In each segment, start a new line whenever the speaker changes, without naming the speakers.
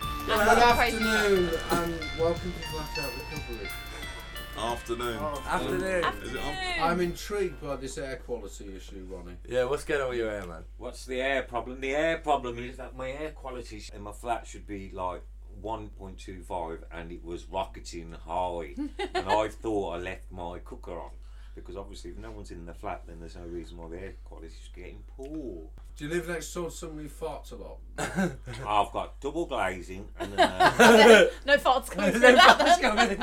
Good
That's crazy.
afternoon and welcome to Blackout Recovery.
Afternoon.
Afternoon.
Is it on?
I'm intrigued by this air quality issue, Ronnie.
Yeah, what's going on with your hair, man?
What's the air problem? The air problem is that my air quality in my flat should be like 1.25 and it was rocketing high. and I thought I left my cooker on because obviously if no one's in the flat then there's no reason why the air quality is getting poor.
Do you live next door to somebody who farts a lot?
I've got double glazing and uh,
No farts coming
There's
through
no
that.
flash coming in.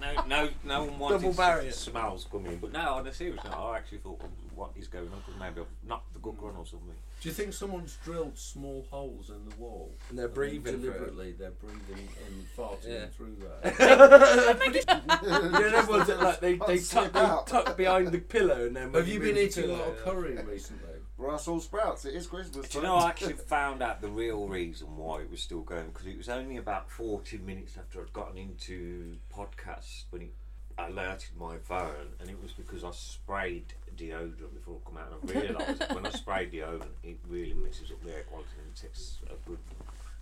no, no, no one wanted
Double barrier.
s- smells coming. But no, on a serious note, I actually thought, well, what is going on? Because maybe I've knocked the cooker on or something.
Do you think someone's drilled small holes in the wall?
And they're breathing through it.
deliberately. They're breathing in, farting
Yeah.
through there.
You know, them ones that like they, they,
Just
tuck,
slip
they
out.
tuck behind the pillow and then. when
Have you
move
been
the
eating a lot
pillow,
of curry recently?
Russell Sprouts. It is Christmas.
Do you
time.
know, I actually found out the real reason why it was still going because it was only about 40 minutes after I'd gotten into podcasts when it alerted my phone, and it was because I sprayed deodorant before I come out. And I realised that when I spray deodorant, it really messes up the air quality and it takes a good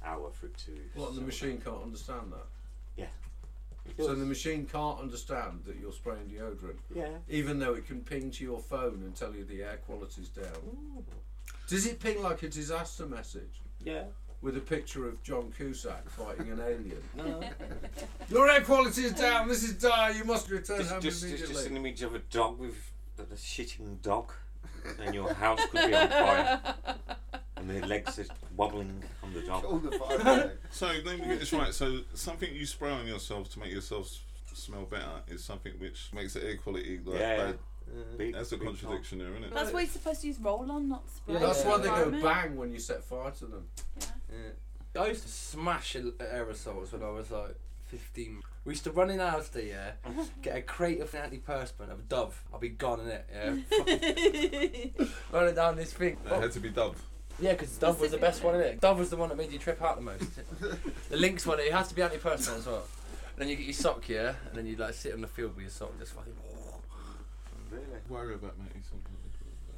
hour for it to.
What, the
sort
machine can't understand that?
Yeah. It
So
does.
the machine can't understand that you're spraying deodorant,
Yeah.
even though it can ping to your phone and tell you the air quality's down. Does it ping like a disaster message?
Yeah.
with a picture of John Cusack fighting an alien.
No.
Your air quality is down. This is dire. You must return
just,
home
just, just,
immediately.
just an image of a dog with a a shitting dog, and your house could be on fire, and the legs are wobbling on the
All
Oh,
dog.
the fire.
So let me get this right. So something you spray on yourself to make yourself s- smell better is something which makes the air quality like
Yeah.
bad.
Big-
That's a
big
contradiction there, isn't it?
That's why you're supposed to use roll on, not spray.
That's
Yeah.
why they go
Environment.
bang when you set fire to them.
Yeah. I used to smash el- aerosols when I was like 15. We used to run in ours there, yeah, get a crate of antiperspirant of Dove. I'll be gone in it, yeah. Running down this thing.
That
Oh,
had to be dove.
yeah, because Dove was the best one in it. Dove was the one that made you trip out the most. the Lynx one, it has to be antiperspirant as well. And then you get your sock, yeah, and then you like sit on the field with your sock, just fucking.
Really?
Worry about making something.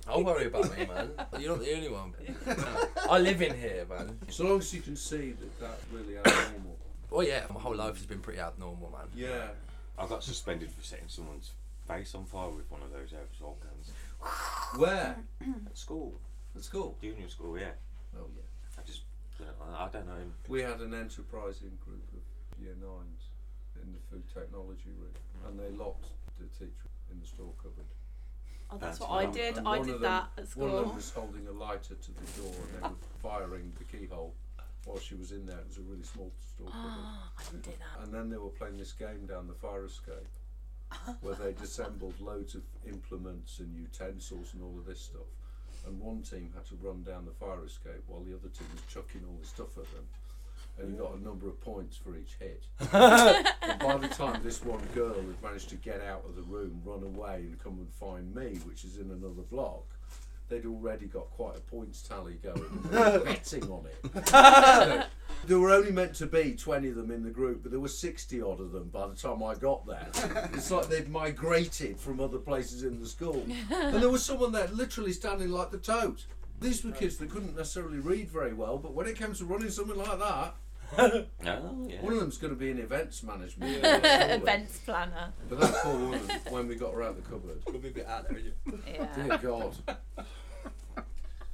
I'll worry about me, man. You're not the only one. I live in here, man.
So long as you can see that that's really abnormal.
Oh yeah, my whole life has been pretty abnormal, man.
Yeah.
I got suspended for setting someone's face on fire with one of those aerosol guns
Where?
at school,
At school.
junior school. Yeah,
Oh yeah.
I just uh, I don't know.
We had an enterprising group of year nines in the food technology room, and they locked the teacher in the store cupboard.
Oh, that's
That's
what I
wrong.
did.
And
I
one
did
of
that
them-
at
One of
school.
them was holding a lighter to the door and they were firing the keyhole while she was in there. It was a really small store cupboard.
I didn't do that.
And then they were playing this game down the fire escape where they'd assembled loads of implements and utensils and all of this stuff. And one team had to run down the fire escape while the other team was chucking all this stuff at them. And you got a number of points for each hit. and by the time this one girl had managed to get out of the room, run away, and come and find me, which is in another block, they'd already got quite a points tally going. And they were betting on it. There were only meant to be 20 of them in the group, but there were 60 odd of them by the time I got there. it's like they'd migrated from other places in the school. and there was someone there literally standing like the toad. These were kids that couldn't necessarily read very well, but when it comes to running something like that,
No, yeah.
one of them's going to be an events management.
Events planner.
But that poor woman, when we got her out of the cupboard,
Yeah.
dear God.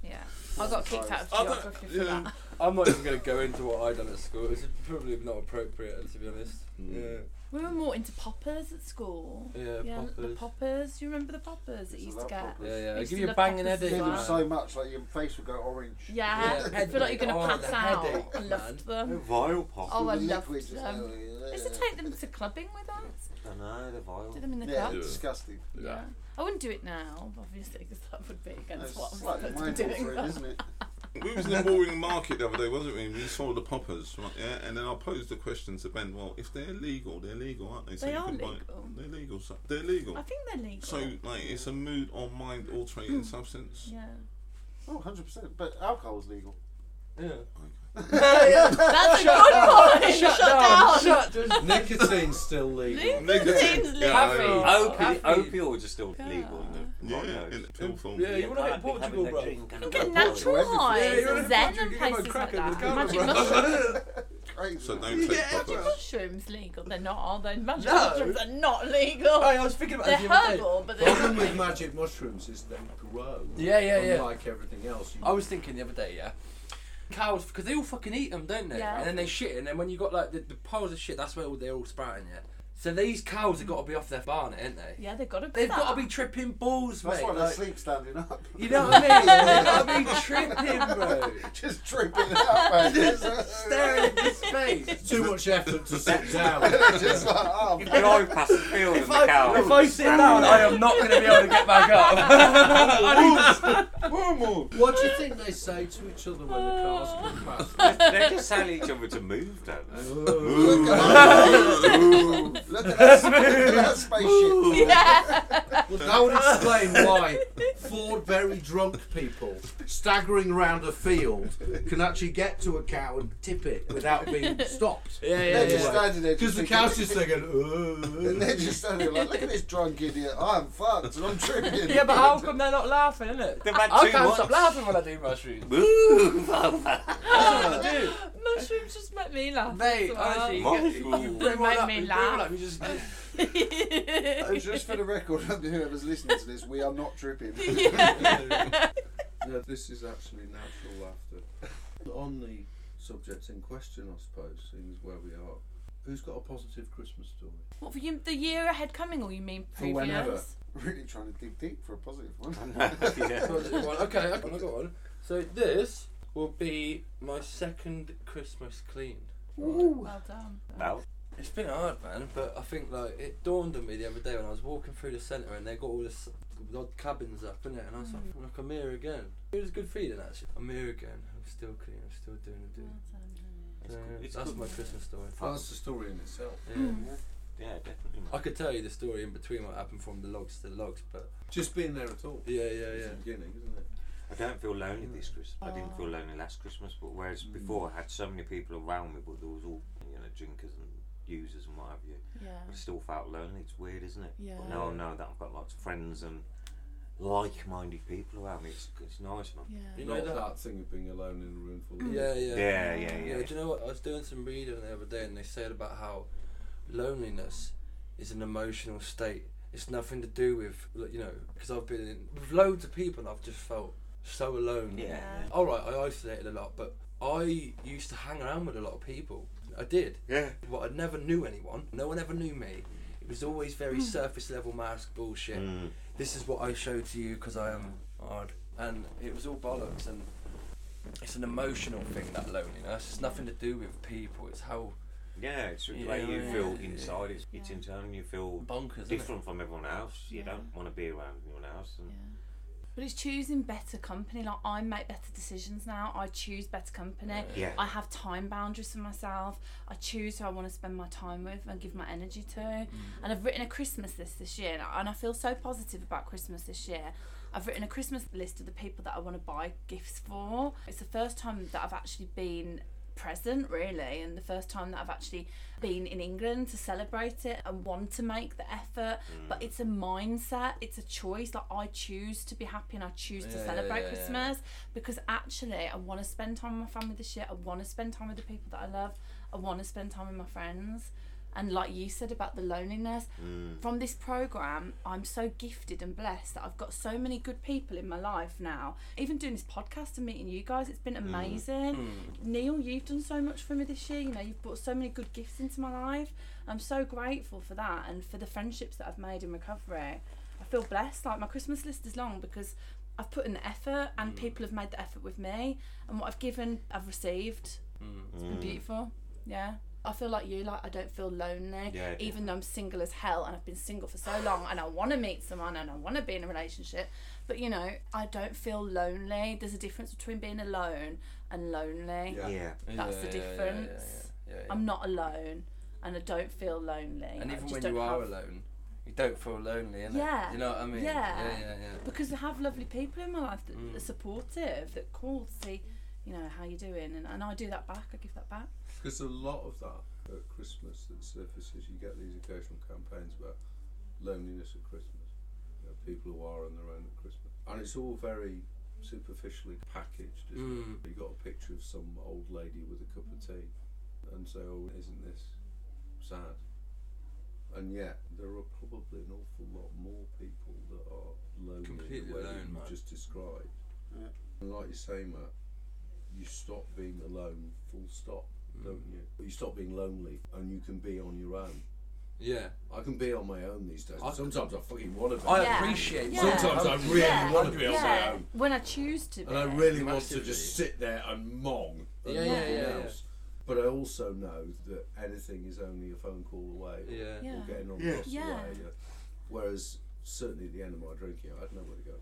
Yeah. I got kicked out of
I don't-
geography for
yeah.
that.
I'm not even going to go into what I done at school. It's probably not appropriate, to be honest.
We were more into poppers at school.
Yeah, yeah,
the
poppers.
poppers. Do you remember the poppers that you used to
love
get?
poppers.
yeah, yeah.
They
They
used
give
to
you a
love
banging
poppers as
headache.
Hit them
well.
man.
so much, like your face would go orange.
Yeah,
Yeah,
I feel like you're gonna
headache. Oh,
pass
the
out.
headache,
I loved
They're
them.
vile pop.
Oh, I
The
loved
liquid just-
them.
oh,
I used to take them to clubbing with us.
I know they're vile.
Do them in the
Yeah,
club.
disgusting.
Yeah. I wouldn't do it now, obviously, because that would be against
That's
what I'm
slightly
supposed to be
mindful
doing.
for it, isn't it?
We was in the Walling Market the other day, wasn't we? And we saw the poppers, right? Yeah, and then I posed the question to Ben. Well, if they're legal, they're legal, aren't they? So
They
you
are
can buy-
legal.
They're legal. So they're legal.
I think they're legal.
So like, it's a mood or mind altering substance.
yeah.
Oh, 100%. But alcohol's legal.
Yeah.
That's a good point.
Shut
Shut, down.
down, shut down.
Nicotine's still legal.
Nicotine's
Yeah, I
Oh,
know.
legal.
Opi- opi-
Opioids are still legal in the
Yeah,
Rhinos.
in pill form.
Yeah, you want to hit Portugal, bro.
Get
Everything.
naturalised
Yeah, you're in
and zen
Portugal,
and
you get my
places like
crack in the
that.
camera,
Magic
bro.
mushroom.
crazy.
So don't take
Yeah,
poppers.
Mushrooms legal? They're not, are they? Magic
No.
mushrooms are not legal.
Right, I was thinking about
they're
this the other day.
herbal, but they're
problem
not
with
legal.
magic mushrooms is they grow.
Yeah, yeah, yeah.
Unlike everything else. You
I was thinking the other day, yeah. Cows, because they all fucking eat them, don't they?
Yeah.
And then they shit, and then when you got like the, the piles of shit, that's where all, they're all sprouting, yeah. So these cows have got to be off their barnet, ain't they?
Yeah, they've got to.
They've got to be tripping balls,
That's
mate.
why they
like-
sleep standing up.
you know what I mean? They've got to be tripping, bro.
Just dripping it out, mate. Just,
Staring into space.
Too much effort to sit down.
just like, oh,
You drive past the field
If
and the
I,
cow.
if I sit down, I am not going to be able to get back up. I
What do you think they say to each other when the cars come past?
They're just telling each other to move, don't they?
Ooh.
look at that, look at that spaceship.
Yeah.
Well, that would explain why four very drunk people staggering around a field can actually get to a cow and tip it without being stopped.
need- yeah, yeah,
They're just
yeah.
standing there.
Because the
thinking-
cow's just thinking,
And they're
"Ooh."
just standing there like, look at this drunk idiot. I'm fucked and I'm tripping.
Yeah, but how come they're not laughing, innit?
They've had
I
too
can't
much.
stop laughing when I do mushrooms.
Move, Alpha.
That's what I do.
mushrooms just make me laugh.
Mate,
as well.
honestly, you,
Mum.
get, you bring
They
one
made
up,
me
you bring
laugh.
one up, you just
Just for the record, whoever's listening to this, we are not tripping.
No, this is actually natural laughter. On the subject in question, I suppose, seeing as where we are, who's got a positive Christmas story?
What for you? The year ahead coming, or you mean
For
previous?
whenever.
Really trying to dig deep for a positive one.
yeah.
one. Okay, I got one. So this will be my second Christmas clean.
Well done.
Well,
It's been hard, man, but I think like it dawned on me the other day when I was walking through the centre and they got all this odd cabins up in it, and I was like, look, I'm here again. It was a good feeling actually. I'm here again. I'm still clean. I'm still doing it. Doing.
It's
So,
good- it's
that's
good.
my Christmas story.
That's the story in itself.
Yeah.
yeah, definitely.
I could tell you the story in between what happened from the logs to the logs, but
Just being there at all.
yeah, yeah,
It's
yeah.
the beginning, isn't it?
I don't feel lonely this Christmas. I didn't feel lonely last Christmas, but whereas before I had so many people around me, but there was all you know drinkers and users and what have you. I
Yeah.
still felt lonely. It's weird, isn't it?
Ah. Yeah.
But now I know that I've got lots of friends and like-minded people around me. It's, it's nice, man.
Yeah.
You know
Not
that- Mm.
that, thing of being alone in a room full of
Yeah, yeah.
Yeah, yeah, yeah.
Yeah, do you know what? I was doing some reading the other day and they said about how loneliness is an emotional state. It's nothing to do with, like, you know, because I've been in, with loads of people and I've just felt so alone.
Yeah.
Yeah.
All right, I isolated a lot, but I used to hang around with a lot of people. I did.
Yeah.
But I never knew anyone. No one ever knew me. It was always very
Hmm.
surface level mask bullshit.
Mm.
This is what I show to you because I am hard. And it was all bollocks. And it's an emotional thing, that loneliness. It's nothing to do with people. It's how
Yeah, it's the
Yeah,
way you
yeah,
feel
yeah.
inside. It's, it's
Yeah.
internal. You feel
bonkers. Isn't it?
different from everyone else. You
Yeah.
don't want to be around anyone else. And
Yeah. But it's choosing better company. Like I make better decisions now. I choose better company.
Yeah.
I have time boundaries for myself. I choose who I want to spend my time with and give my energy to. And I've written a Christmas list this year, and I- and I feel so positive about Christmas this year. I've written a Christmas list of the people that I want to buy gifts for. It's the first time that I've actually been present really and the first time that I've actually been in England to celebrate it and want to make the effort
Mm.
but it's a mindset it's a choice like I choose to be happy and I choose
Yeah,
to
yeah,
celebrate
yeah, yeah.
Christmas because actually I want to spend time with my family this year. I want to spend time with the people that I love. I want to spend time with my friends. And like you said about the loneliness,
Mm.
from this program, I'm so gifted and blessed that I've got so many good people in my life now. Even doing this podcast and meeting you guys, it's been amazing.
Mm,
Neil, you've done so much for me this year. You know, you've brought so many good gifts into my life. I'm so grateful for that and for the friendships that I've made in recovery. I feel blessed. Like my Christmas list is long because I've put in the effort and people have made the effort with me. And what I've given, I've received.
mm.
It's
Mm.
been beautiful. Yeah. I feel like you, like I don't feel lonely,
Yeah,
even though I'm single as hell and I've been single for so long and I want to meet someone and I want to be in a relationship. But you know, I don't feel lonely. There's a difference between being alone and lonely.
Yeah.
yeah.
That's the difference.
Yeah, yeah, yeah, yeah.
I'm not alone and I don't feel lonely.
and
I
even
just
when
don't
you are
have-
alone, you don't feel lonely, innit?
Yeah.
You know what I mean?
Yeah.
Yeah, yeah, yeah.
because I have lovely people in my life that
Mm.
are supportive, that call to see, you know, how you doing, and, and I do that back. I give that back.
Because a lot of that at Christmas that surfaces, you get these occasional campaigns about loneliness at Christmas, you know, people who are on their own at Christmas, and it's all very superficially packaged. Isn't
Mm.
it? You got a picture of some old lady with a cup of tea, and say, oh, isn't this sad? And yet, there are probably an awful lot more people that are lonely
Completely
the way
alone,
that you
man.
just described.
Yeah.
And like you say, Matt, you stop being alone, full stop,
Mm.
don't you? You stop being lonely and you can be on your own.
Yeah.
I can be on my own these days.
I-
Sometimes I fucking want to be.
I
Yeah.
appreciate
Yeah.
Sometimes I really
Yeah.
want to be on my
yeah,
own.
when I choose to be.
And I really want to
Massively.
just sit there and mong and
Yeah, yeah,
nothing
yeah, yeah.
else. But I also know that anything is only a phone call away or-
Yeah.
or
Yeah.
getting on
Yeah.
the bus
Yeah.
away. yeah. Whereas certainly at the end of my drinking, I'd nowhere to go.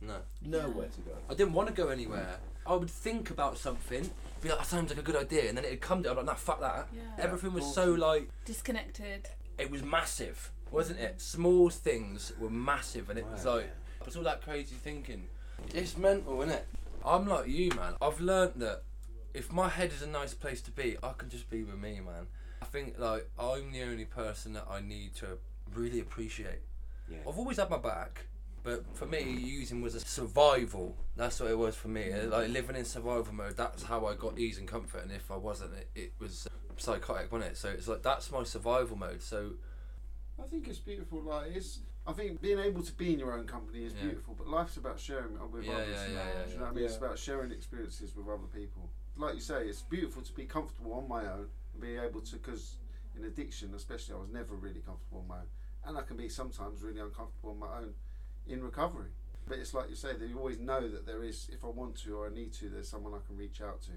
No.
Nowhere to go.
I didn't want to go anywhere. I would think about something, be like, that sounds like a good idea, and then it'd come to I'm like, nah, fuck that.
Yeah.
Everything was so like,
Disconnected.
it was massive, wasn't it? Small things were massive, and it was like, it's all that crazy thinking. It's mental, isn't it? I'm like you, man. I've learnt that if my head is a nice place to be, I can just be with me, man. I think like I'm the only person that I need to really appreciate.
Yeah.
I've always had my back, but for me, using was a survival. That's what it was for me. Like living in survival mode. That's how I got ease and comfort. And if I wasn't, it, it was psychotic, wasn't it? So it's like that's my survival mode. So
I think it's beautiful. Like it's, I think being able to be in your own company is
Yeah.
beautiful. But life's about sharing it with
Yeah,
others.
yeah, yeah, yeah,
do you know what I mean? It's
yeah.
about sharing experiences with other people. Like you say, it's beautiful to be comfortable on my own and be able to. Because in addiction, especially, I was never really comfortable on my own, and I can be sometimes really uncomfortable on my own in recovery. But it's like you say, that you always know that there is, if I want to or I need to, there's someone I can reach out to.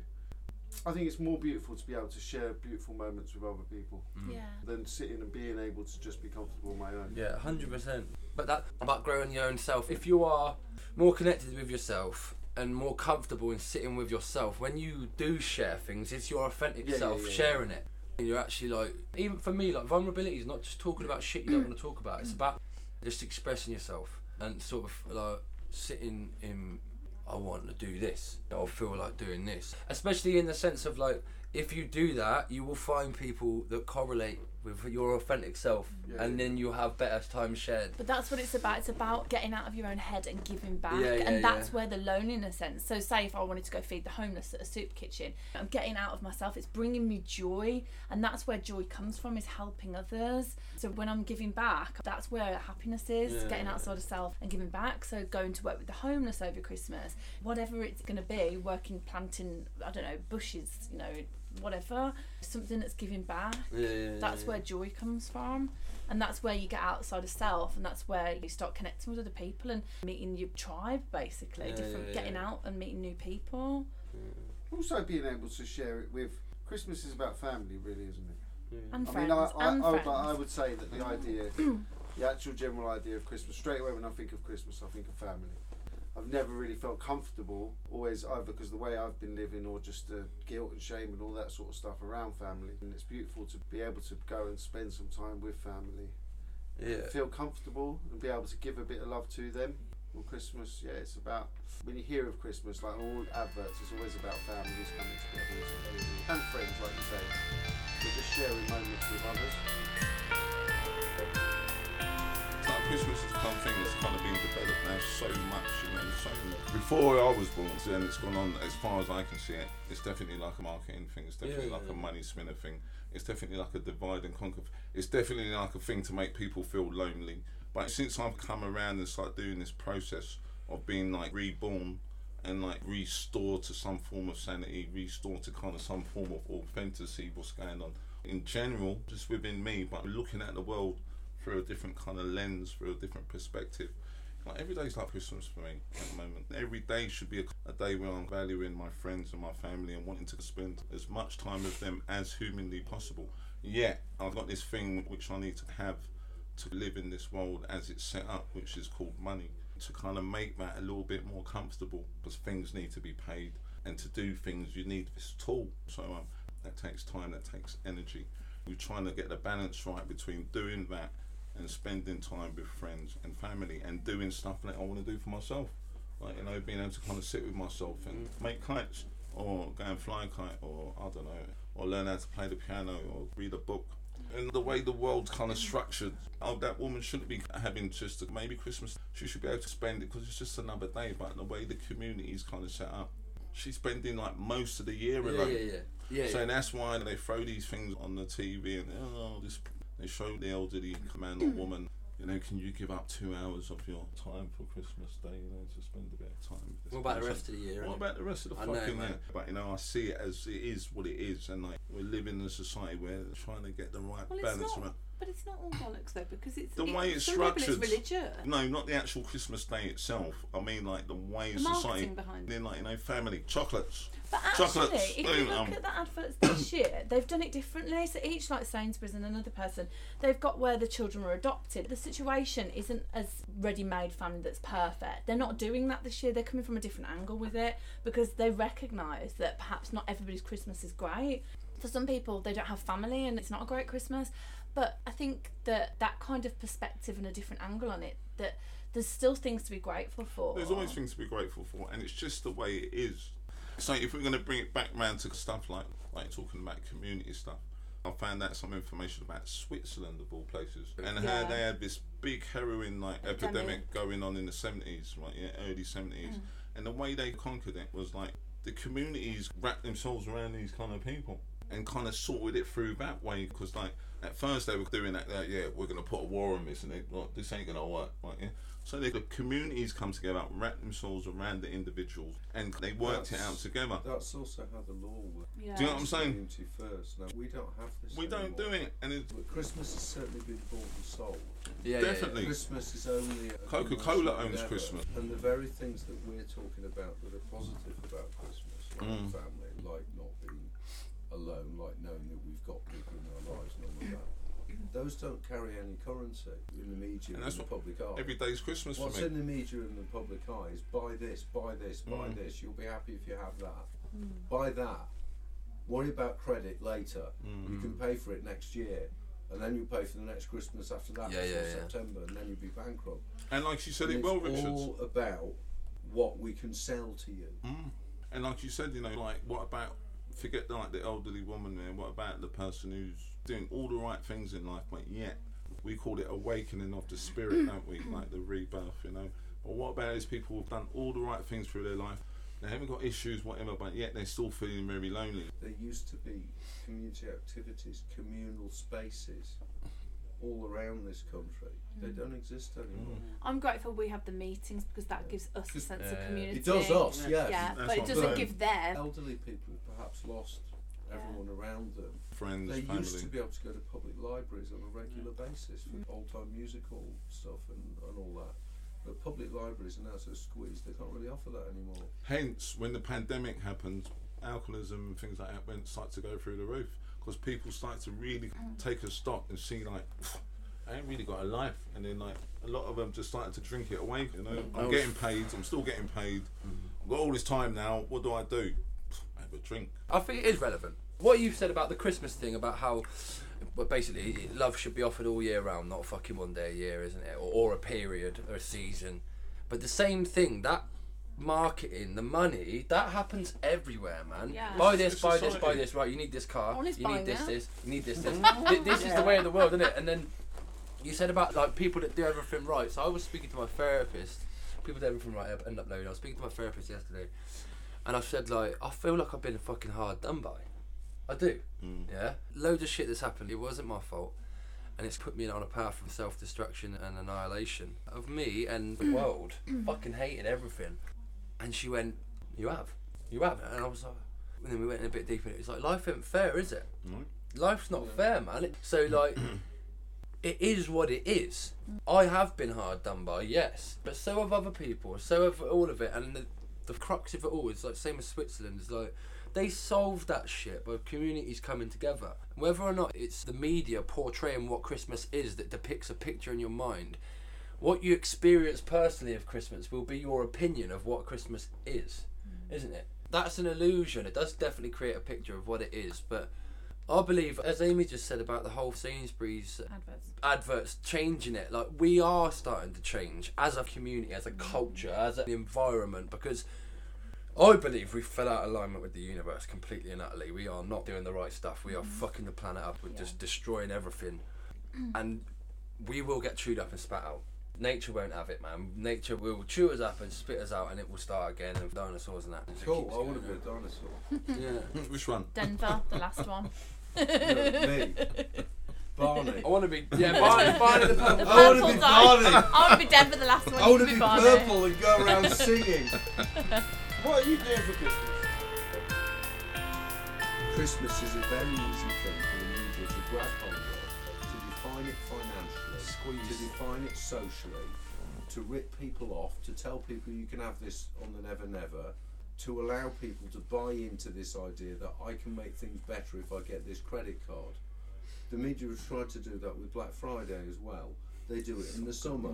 I think it's more beautiful to be able to share beautiful moments with other people
Mm.
Yeah.
than sitting and being able to just be comfortable on my own.
yeah, hundred percent. But that about growing your own self. If you are more connected with yourself and more comfortable in sitting with yourself, when you do share things, it's your authentic
Yeah, yeah,
self
yeah, yeah.
sharing it. And you're actually like, even for me, like vulnerability is not just talking about shit you don't want to talk about. It's about just expressing yourself and sort of like sitting in. I want to do this. I feel like doing this, especially in the sense of like, if you do that, you will find people that correlate with your authentic self,
Yeah,
and
yeah.
then you'll have better time shared.
But that's what it's about. It's about getting out of your own head and giving back.
Yeah, yeah,
and that's
yeah.
where the loneliness ends. So, say if I wanted to go feed the homeless at a soup kitchen, I'm getting out of myself. It's bringing me joy. And that's where joy comes from, is helping others. So, when I'm giving back, that's where happiness is,
Yeah.
getting outside of self and giving back. So, going to work with the homeless over Christmas, whatever it's going to be, working, planting, I don't know, bushes, you know, whatever, something that's giving back. That's where joy comes from, and that's where you get outside of self, and that's where you start connecting with other people and meeting your tribe, basically.
Yeah,
Different,
yeah,
getting
yeah.
out and meeting new people.
Also, being able to share it with Christmas is about family, really, isn't it?
And
I
friends,
mean, I, I,
and
I,
friends.
but I would say that the idea, the actual general idea of Christmas, straight away when I think of Christmas, I think of family. I've never really felt comfortable, always either because the way I've been living or just the guilt and shame and all that sort of stuff around family. And it's beautiful to be able to go and spend some time with family,
Yeah.
feel comfortable, and be able to give a bit of love to them. Well, Christmas, yeah, it's about when you hear of Christmas, like all adverts, it's always about families coming together isn't it? and friends, like you say, but just sharing moments with others.
It's like Christmas is something that's kind of been developed now so much, you know, so before I was born, and it's gone on as far as I can see it. It's definitely like a marketing thing. It's definitely
Yeah,
like
yeah,
a
yeah.
money spinner thing. It's definitely like a divide and conquer. It's definitely like a thing to make people feel lonely. But since I've come around and started doing this process of being like reborn and like restored to some form of sanity, restored to kind of some form of authenticity, what's going on in general, just within me, but looking at the world through a different kind of lens, through a different perspective. Like every day's like Christmas for me at the moment. Every day should be a, a day where I'm valuing my friends and my family and wanting to spend as much time with them as humanly possible. Yet I've got this thing which I need to have to live in this world as it's set up, which is called money, to kind of make that a little bit more comfortable because things need to be paid and to do things you need this tool. So um, that takes time, that takes energy. We're trying to get the balance right between doing that and spending time with friends and family and doing stuff that I want to do for myself. Like, you know, being able to kind of sit with myself and
Mm.
make kites or go and fly a kite or I don't know, or learn how to play the piano or read a book. And the way the world's kind of structured, oh, that woman shouldn't be having just a, maybe Christmas. She should be able to spend it because it's just another day. But the way the community is kind of set up, she's spending like most of the year
Yeah,
alone.
yeah, yeah. Yeah,
So
yeah.
that's why they throw these things on the TV and oh, this. They show the elderly man or woman. You know, can you give up two hours of your time for Christmas Day? You know, to spend a bit of time. With this
What about the
person?
rest of the year?
What
innit?
about the rest of the
I know,
fucking
man.
year? But you know, I see it as it is what it is, and like we're living in a society where they're trying to get the right
Well, it's
balance
not-
around.
But it's not all bollocks though, because it's
The way it's
some people
structured.
It's religion.
No, not the actual Christmas Day itself. I mean, like the way
The
society.
marketing behind it.
Then, like you know, family chocolates.
But actually,
Chocolates,
if you
boom,
look
um.
at the adverts this year, they've done it differently. So each, like Sainsbury's and another person, they've got where the children were adopted. The situation isn't as ready-made family that's perfect. They're not doing that this year. They're coming from a different angle with it because they recognise that perhaps not everybody's Christmas is great. For some people, they don't have family and it's not a great Christmas. But I think that that kind of perspective and a different angle on it, that there's still things to be grateful for.
There's always things to be grateful for, and it's just the way it is. So if we're going to bring it back round to stuff like like talking about community stuff, I found out some information about Switzerland of all places, and
Yeah.
how they had this big heroin like
Epidemic. Mm.
epidemic. going on in the 70s, right? Yeah, early 70s. And the way they conquered it was like the communities wrapped themselves around these kind of people and kind of sorted it through that way because, like, at first they were doing that, like, yeah, we're going to put a war on this and it, like, this ain't going to work, right? Yeah. So the the communities come together, wrap themselves around the individuals, and they worked it
That's-
out together.
That's also how the law works.
Yeah.
Do you know what I'm saying?
Community first. Now we don't have this.
We don't do
anymore.
it, and it's
But Christmas has certainly been bought and sold.
Yeah, yeah, yeah.
definitely.
Christmas is only. a
Coca-Cola
commercial
owns
endeavour,
Christmas.
And the very things that we're talking about that are positive about Christmas, like
Mm.
family, like not being alone, like knowing that we've got people in our lives and all of that, those don't carry any currency in the media
And
and,
that's
the public eye.
Every day's Christmas for
What's
me.
in the media and the public eye is buy this, buy this, buy
Mm.
this. You'll be happy if you have that. Buy that. Worry about credit later. You can pay for it next year. And then you pay for the next Christmas after that,
Yeah,
until
yeah, yeah.
September, and then you'll be bankrupt.
And like you said,
And
it
it's
well, Richards.
all about what we can sell to you.
And like you said, you know, like what about forget like the elderly woman there? What about the person who's doing all the right things in life, but yet we call it awakening of the spirit, don't we? Like the rebirth, you know. But what about those people who've done all the right things through their life? They haven't got issues, whatever, but yet they're still feeling very lonely.
There used to be community activities, communal spaces all around this country. They don't exist anymore.
I'm grateful we have the meetings because that gives us a sense of
Yeah.
community.
uh, It does us, yes.
Yeah,
That's
but
what
it
I'm
doesn't
saying.
give them.
Elderly people have perhaps lost everyone around them.
Friends,
They
family.
used to be able to go to public libraries on a regular basis for old time musical stuff and, and all that. But public libraries are now so squeezed they can't really offer that anymore.
Hence, when the pandemic happened, alcoholism and things like that went started to go through the roof because people started to really take a stock and see like. I ain't really got a life, and then like a lot of them just started to drink it away. You
Mm.
know, I'm getting paid. I'm still getting paid. I've got all this time now. What do I do? I have a drink.
I think it is relevant. What you've said about the Christmas thing, about how, well, basically, love should be offered all year round, not fucking one day a year, isn't it? Or, or a period or a season. But the same thing, that marketing, the money, that happens everywhere, man.
Yeah.
Buy this,
It's
buy this,
society.
buy this. Right, you need this car.
Honest
you
buying
need this,
now.
this. You need this, this. Th- this is the way of the world, isn't it? And then you said about like people that do everything right. So I was speaking to my therapist. People do everything right end up knowing. I was speaking to my therapist yesterday, and I said like, I feel like I've been fucking hard done by. I do. Yeah. Loads of shit that's happened. It wasn't my fault, and it's put me on a path of self destruction and annihilation of me and the world. fucking hated everything. And she went, "You have, you have," and I was like. And then we went in a bit deeper, and it was like, life ain't fair, is it?
No.
Life's not fair, man. It- So, like, it is what it is. I have been hard done by, yes, but so have other people. So have all of it, and the, the crux of it all is like same as Switzerland. Is like they solved that shit by communities coming together. Whether or not it's the media portraying what Christmas is that depicts a picture in your mind, what you experience personally of Christmas will be your opinion of what Christmas is, isn't it? That's an illusion. It does definitely create a picture of what it is, but. I believe, as Amy just said about the whole Sainsbury's
Adverts.
adverts changing it like we are starting to change as a community as a
Mm.
culture as an environment because I believe we fell out of alignment with the universe completely and utterly. We are not doing the right stuff. We are
Mm.
fucking the planet up. We're just destroying everything. and we will get chewed up and spat out. Nature won't have it, man. Nature will chew us up and spit us out, and it will start again. And dinosaurs and that. and it
Cool,
keeps
I want to be a
going
dinosaur.
on. Yeah.
Which one?
Denver, the last one.
me. Barney.
I want to be. Yeah, Barney, Barney the
The
purple.
I wanna
purple
be
dog.
Barney.
I want to be Denver, the last one.
I want to
you
be
can Barney.
purple and go around singing. what are you doing for Christmas? Christmas is a very easy thing for an individual to grab hold of, to define it financially, to define it socially, to rip people off, to tell people you can have this on the Never Never, to allow people to buy into this idea that I can make things better if I get this credit card. The media have tried to do that with Black Friday as well. They do it in the summer.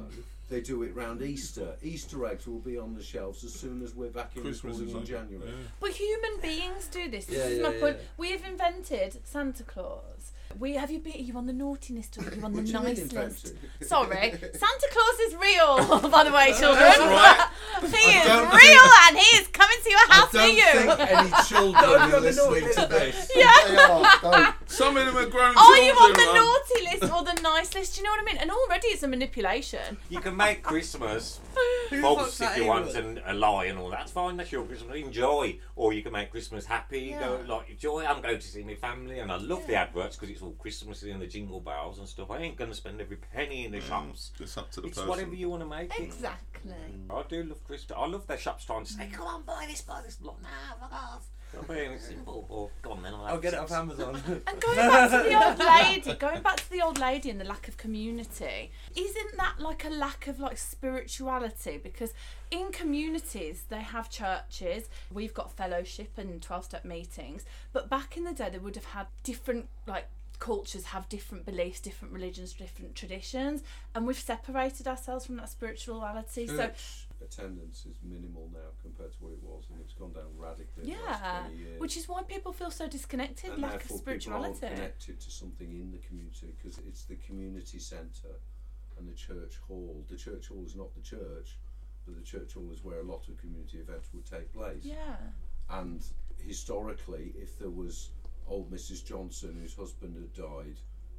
They do it round Easter. Easter eggs will be on the shelves as soon as we're back in
Christmas
recording
is
in
over.
January.
But human beings do this. This
Yeah,
is
yeah,
my
yeah.
point. We have invented Santa Claus. We have you been? Are you on the naughtiness list or are you on the
What do you mean
nice list?
invented?
Sorry, Santa Claus is real, by the way, children.
right.
he is
don't
real, and he is coming to your
I
house near
don't
you.
think any children are listening to this.
They are, don't.
Some of them are grown
Are you on
children,
the
man.
naughty list or the nice list? Do you know what I mean? And already it's a manipulation.
You can make Christmas
Who fucked
false
that
if you
in
want
with?
and a lie and all that's fine. That's your Christmas. Enjoy, or you can make Christmas happy. Go
Yeah.
like enjoy. I'm going to see my family, and I love the adverts because it's all Christmas and the jingle bells and stuff. I ain't going to spend every penny in the shops.
It's up Mm. to the
It's
person.
whatever you want to make. it.
Exactly.
I do love Christmas. I love their shops trying to say,
Mm.
"Come on, buy this, buy this." Like, nah, fuck off. You know what I mean? It's simple. Or go on then. I'll,
I'll
have
get it
six."
off Amazon.
And going back to the old lady, going back to the old lady and the lack of community, isn't that like a lack of like spirituality? Because in communities they have churches, we've got fellowship and twelve step meetings, but back in the day they would have had different like cultures have different beliefs, different religions, different traditions, and we've separated ourselves from that spirituality. So
Church attendance is minimal now compared to what it was, and it's gone down radically in the last
yeah,
20 years.
which is why people feel so disconnected,
and
lack of
therefore people aren't
spirituality.
connected to something in the community because it's the community centre and the church hall. The church hall is not the church, but the church hall is where a lot of community events would take place.
Yeah.
And historically, if there was old Mrs Johnson whose husband had died,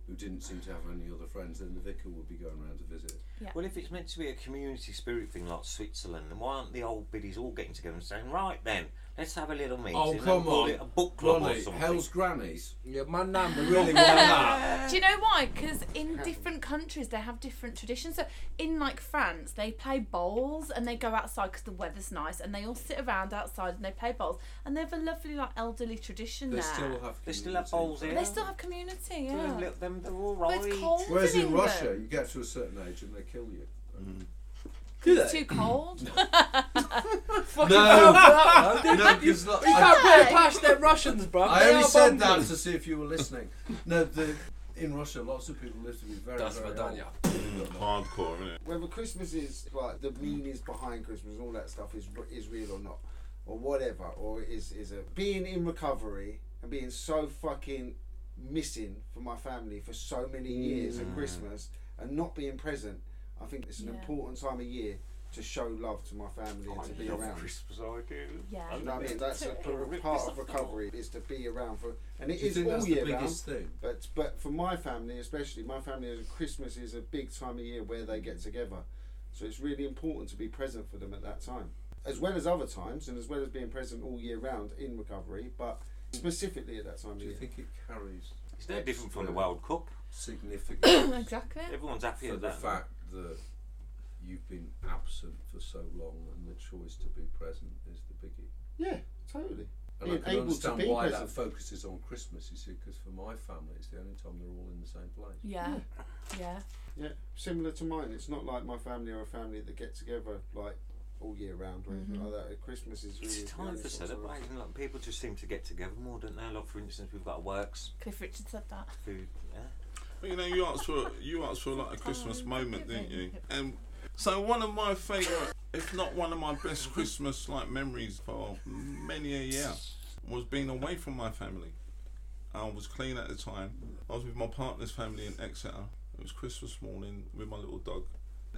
who didn't seem to have any other friends, then the vicar would be going round to visit.
Well, if it's meant to be a community spirit thing like Switzerland, then why aren't the old biddies all getting together and saying, right then, let's have a little meeting
Oh
and
come
call
on,
it a book club
Ronnie,
or something?
Hell's Grannies.
yeah, my nan
I really want that.
Do you know why? Because in different countries they have different traditions. So in like France, they play bowls and they go outside because the weather's nice, and they all sit around outside and they play bowls, and they have a lovely like elderly tradition
They
there.
still have.
They still have
community.
bowls
They
here.
still have community.
Them
Yeah.
little- them, they're all
But it's
right.
cold
Whereas in
England.
Russia, you get to a certain age and they kill you.
Do
It's
they?
too cold.
No, no, because
You
I,
can't put it past them Russians, bro.
I
They
only
are
said that
bonkers.
to see if you were listening. No, the, in Russia, lots of people live to be very,
That's
very old.
Verdania.
Hardcore, isn't it?
Whether Christmas is like the meanings behind Christmas and all that stuff is r- is real or not, or whatever, or is is a being in recovery and being so fucking missing from my family for so many years
Mm.
at Christmas and not being present. I think it's an
Yeah.
important time of year to show love to my family and to be
I love
around.
Christmas, I do.
Yeah.
I
You know
love
what I mean?
it.
That's a p- part of recovery is to be around for, and it
Do you
is
think
all
that's the
year round.
biggest thing?
But but for my family, especially my family, Christmas is a big time of year where they get together, so it's really important to be present for them at that time, as well as other times, and as well as being present all year round in recovery, but specifically at that time of
Do you
year.
think it carries
It's no different from the World Cup.
significance
exactly.
Everyone's happy
for
at
the
that.
fact that you've been absent for so long and the choice to be present is the biggie?
Yeah, totally.
And
Being
I can
able to
understand
be
why
present.
that focuses on Christmas, you see, because for my family, it's the only time they're all in the same place.
Yeah. Yeah.
Yeah, similar to mine. It's not like my family are a family that get together like all year round or anything like that. Christmas is really
Mm-hmm. It's
the
time
only
for
sort of-
celebrating. Like, people just seem to get together more, don't they? Like, for instance, we've got a works
Cliff Richard said that.
food. Yeah.
But you know, you asked for you asked for like a Christmas moment, didn't you? And so one of my favourite, if not one of my best Christmas like memories for many a year, was being away from my family. I was clean at the time. I was with my partner's family in Exeter. It was Christmas morning with my little dog,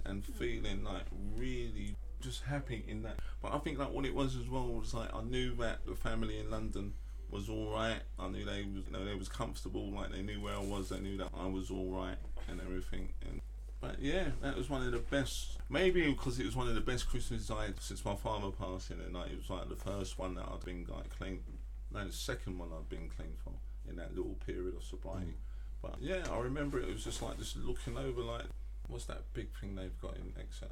and feeling like really just happy in that. But I think like what it was as well was like I knew that the family in London was all right. I knew they was you know, they was comfortable. Like they knew where I was. They knew that I was all right and everything. And But yeah, that was one of the best. Maybe because it was one of the best Christmases I had since my father passing, and like it was like the first one that I'd been like clean. No, the second one I'd been clean from in that little period of sobriety. But yeah, I remember it was just like just looking over like, what's that big thing they've got in Exeter?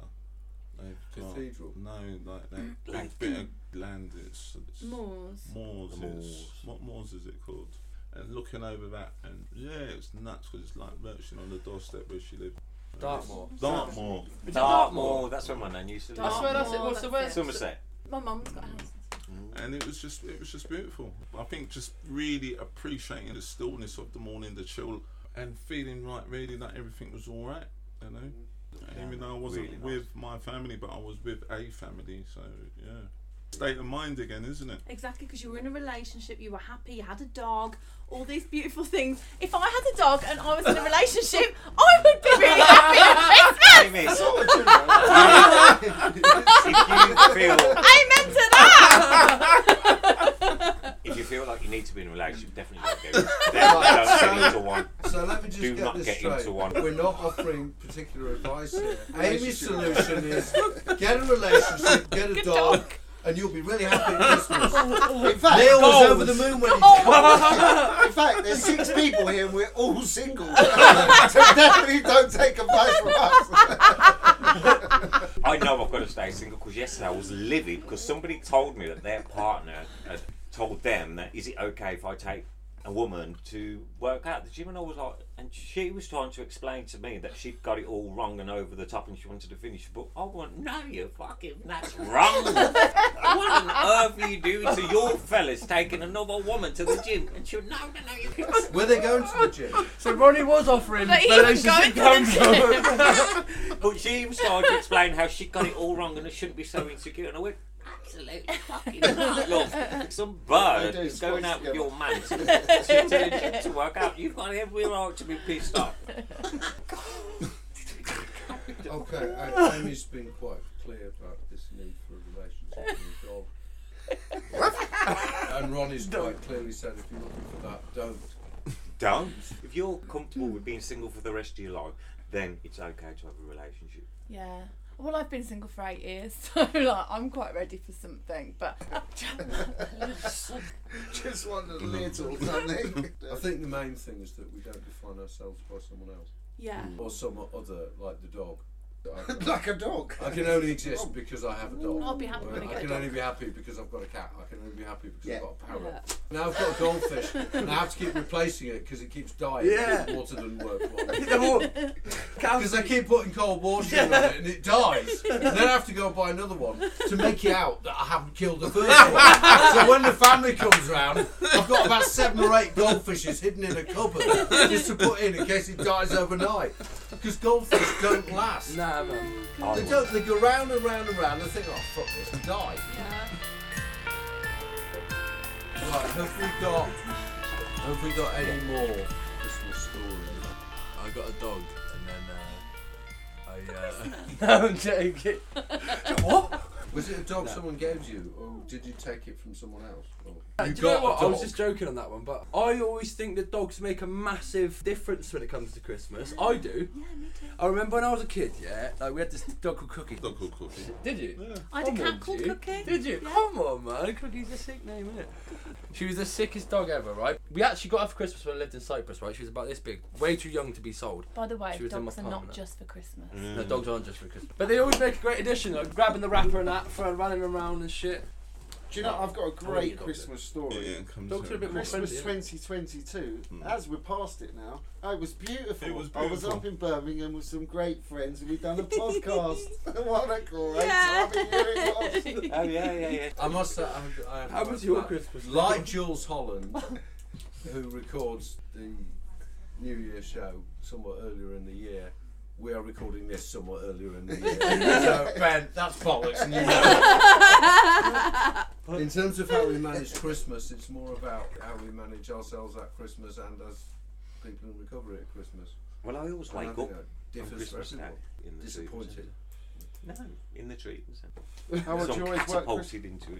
They've got-
Cathedral.
No, like that big bit of land. It's, it's
Moors.
Moors.
The
is-
Moors.
What Moors is it called? And looking over that, and yeah, it's nuts because it's like virtually on the doorstep where she lived.
Dartmoor.
Dartmoor.
Dartmoor, that's where my nan used to live.
I swear that's it.
Dartmoor,
What's the word?
that's
Somerset.
My mum's got a house.
and it was just it was just beautiful. I think just really appreciating the stillness of the morning, the chill, and feeling like really that everything was all right, you know. Even though I wasn't
really nice.
with my family, but I was with a family, so yeah. State of mind again, isn't it?
Exactly, because you were in a relationship, you were happy, you had a dog, all these beautiful things. If I had a dog and I was in a relationship, I would be really happy at Christmas.
Amy,
That's all I do, man.
if you feel
Amen to that.
if you feel like you need to be in a relationship, definitely don't go. Definitely don't get into one.
So let me just
Do
get
not
this
get
straight.
into one.
We're not offering particular advice here. Amy's
Relationship.
solution is get a relationship, get a
Good
dog,
dog.
and you'll be really happy at Christmas.
In fact,
Neil was
Goals.
over the moon when he
Oh,
in fact, there's six people here and we're all single. so definitely don't take advice from us.
I know I've got to stay single because yesterday I was livid because somebody told me that their partner had told them that is it okay if I take a woman to work out at the gym and I was like and she was trying to explain to me that she'd got it all wrong and over the top and she wanted to finish but I went no you fucking that's wrong what on earth are you doing to your fellas taking another woman to the gym and she went no no no you can't
Were they going to the gym?
So Ronnie was offering
But he was
relationship
going to the
counselling.
But she was trying to explain how she got it all wrong and I shouldn't be so insecure. And I went, absolutely fucking not, love. Some bird
They do
is going out
squats
with your man to, to, to, to work out. You've got every right to be pissed off.
Okay, and Amy's been quite clear about this need for a relationship and a dog. and Ronnie's quite clearly said if you're looking for that, don't.
Don't. If you're comfortable with being single for the rest of your life, then it's okay to have a relationship.
Yeah. Well, I've been single for eight years, so like I'm quite ready for something. But
Just want a little something.
I think the main thing is that we don't define ourselves by someone else
yeah,
or some other, like the dog. I can-
like a dog.
I can only exist because I have a dog.
I'll be happy
Or
when I
I
get a
can
dog.
only be happy because I've got a cat. I can only be happy because
Yeah.
I've got a parrot.
yeah.
Now I've got a goldfish, and I have to keep replacing it because it keeps dying.
Yeah.
because Water doesn't work
The
properly.
whole-
Because I keep putting cold water in it and it dies. And then I have to go and buy another one to make it out that I haven't killed the first one. So when the family comes round, I've got about seven or eight goldfishes hidden in a cupboard just to put in in case it dies overnight. Because goldfish don't last.
Nah, man.
Oh,
They don't. They go round and round and round. They think, oh fuck this, and die.
yeah.
Right, have we got? Have we got any more Christmas stories?
I got a dog, and then uh, I. Uh, no, I'm joking. what?
Was it a dog someone gave you, or did you take it from someone else? Or
Uh, Do you know what? I was just joking on that one, but I always think that dogs make a massive difference when it comes to Christmas. I do.
yeah, me too.
I remember when I was a kid, yeah, like we had this dog called Cookie.
Dog called Cookie.
Did you?
I had a
Come
Oh, cat
on,
called
G.
Cookie.
Did you?
Yeah.
Come on, man. Cookie's a sick name, isn't it? She was the sickest dog ever, right? We actually got her for Christmas when I lived in Cyprus, right? She was about this big, way too young to be sold.
By the way,
She was in my
dogs are not
partner.
just for Christmas.
No,
Mm.
dogs aren't just for Christmas. But they always make a great addition, like grabbing the wrapper and that, for running around and shit.
Do you know, I've got a
How many
great
dogs
Christmas
Yeah,
story.
yeah, it comes
Dogs are a
out.
bit more
Christmas
friendly. innit?
2022, as we're past it now, it was beautiful.
It was
I was
beautiful.
up in Birmingham with some great friends and we'd done a podcast. what a great
Yeah.
time of year it was.
Oh, yeah, yeah, yeah.
I must say, I, have- I have
How
to
was
add
your
that.
Christmas?
Like Jules Holland, who records the New Year show somewhat earlier in the year, we are recording this somewhat earlier in the year. so, Ben, that's bollocks, and you know it. In terms of how we manage Christmas, it's more about how we manage ourselves at Christmas and as people in recovery at Christmas.
Well, I always
And I
wake
think
up
that
on
differs for
Christmas Day.
everyone.
in the
Disappointed.
No, in the treatment centre. So
How would
I'm
you always work? Christ-
catapulted into it.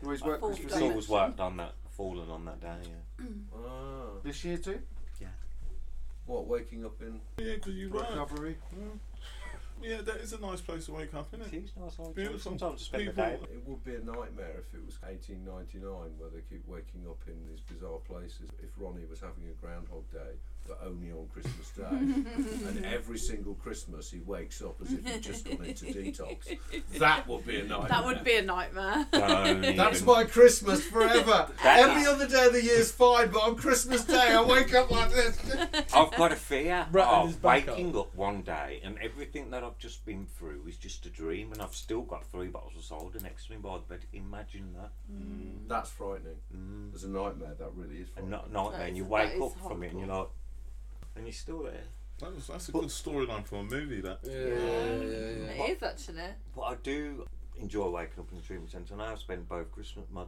You always work
thought
Christmas
It's
so.
Eve
always worked on that, fallen on that day, yeah.
Ah.
this year too?
Yeah.
What, waking up in?
Yeah, because you work.
Recovery.
Yeah, that is a nice place to wake up, isn't it?
It's nice. I
Beautiful.
Sometimes I spend the
People-
day.
It would be a nightmare if it was 1899 where they keep waking up in these bizarre places. If Ronnie was having a Groundhog Day, but only on Christmas Day, and every single Christmas he wakes up as if he'd just gone into detox, that would be a nightmare.
That would be a nightmare.
Don't
That's
even-
my Christmas forever.
That
Every
is-
other day of the year's fine, but on Christmas Day I wake up like this.
I've got a fear
Rattled his
of
back
waking up. one day and everything that I've just been through is just a dream, and I've still got three bottles of soda next to me by the bed. Imagine that.
That's frightening. It's a nightmare. That really is
Mm. A
frightening.
n- nightmare, and you
That is-
wake
that
up
is
from it, and you're like, and you're still there.
That was, that's a good storyline for a movie, that.
Yeah, yeah, yeah, yeah.
It is actually.
But I do enjoy waking up in the treatment centre, and I have spent both Christmas, my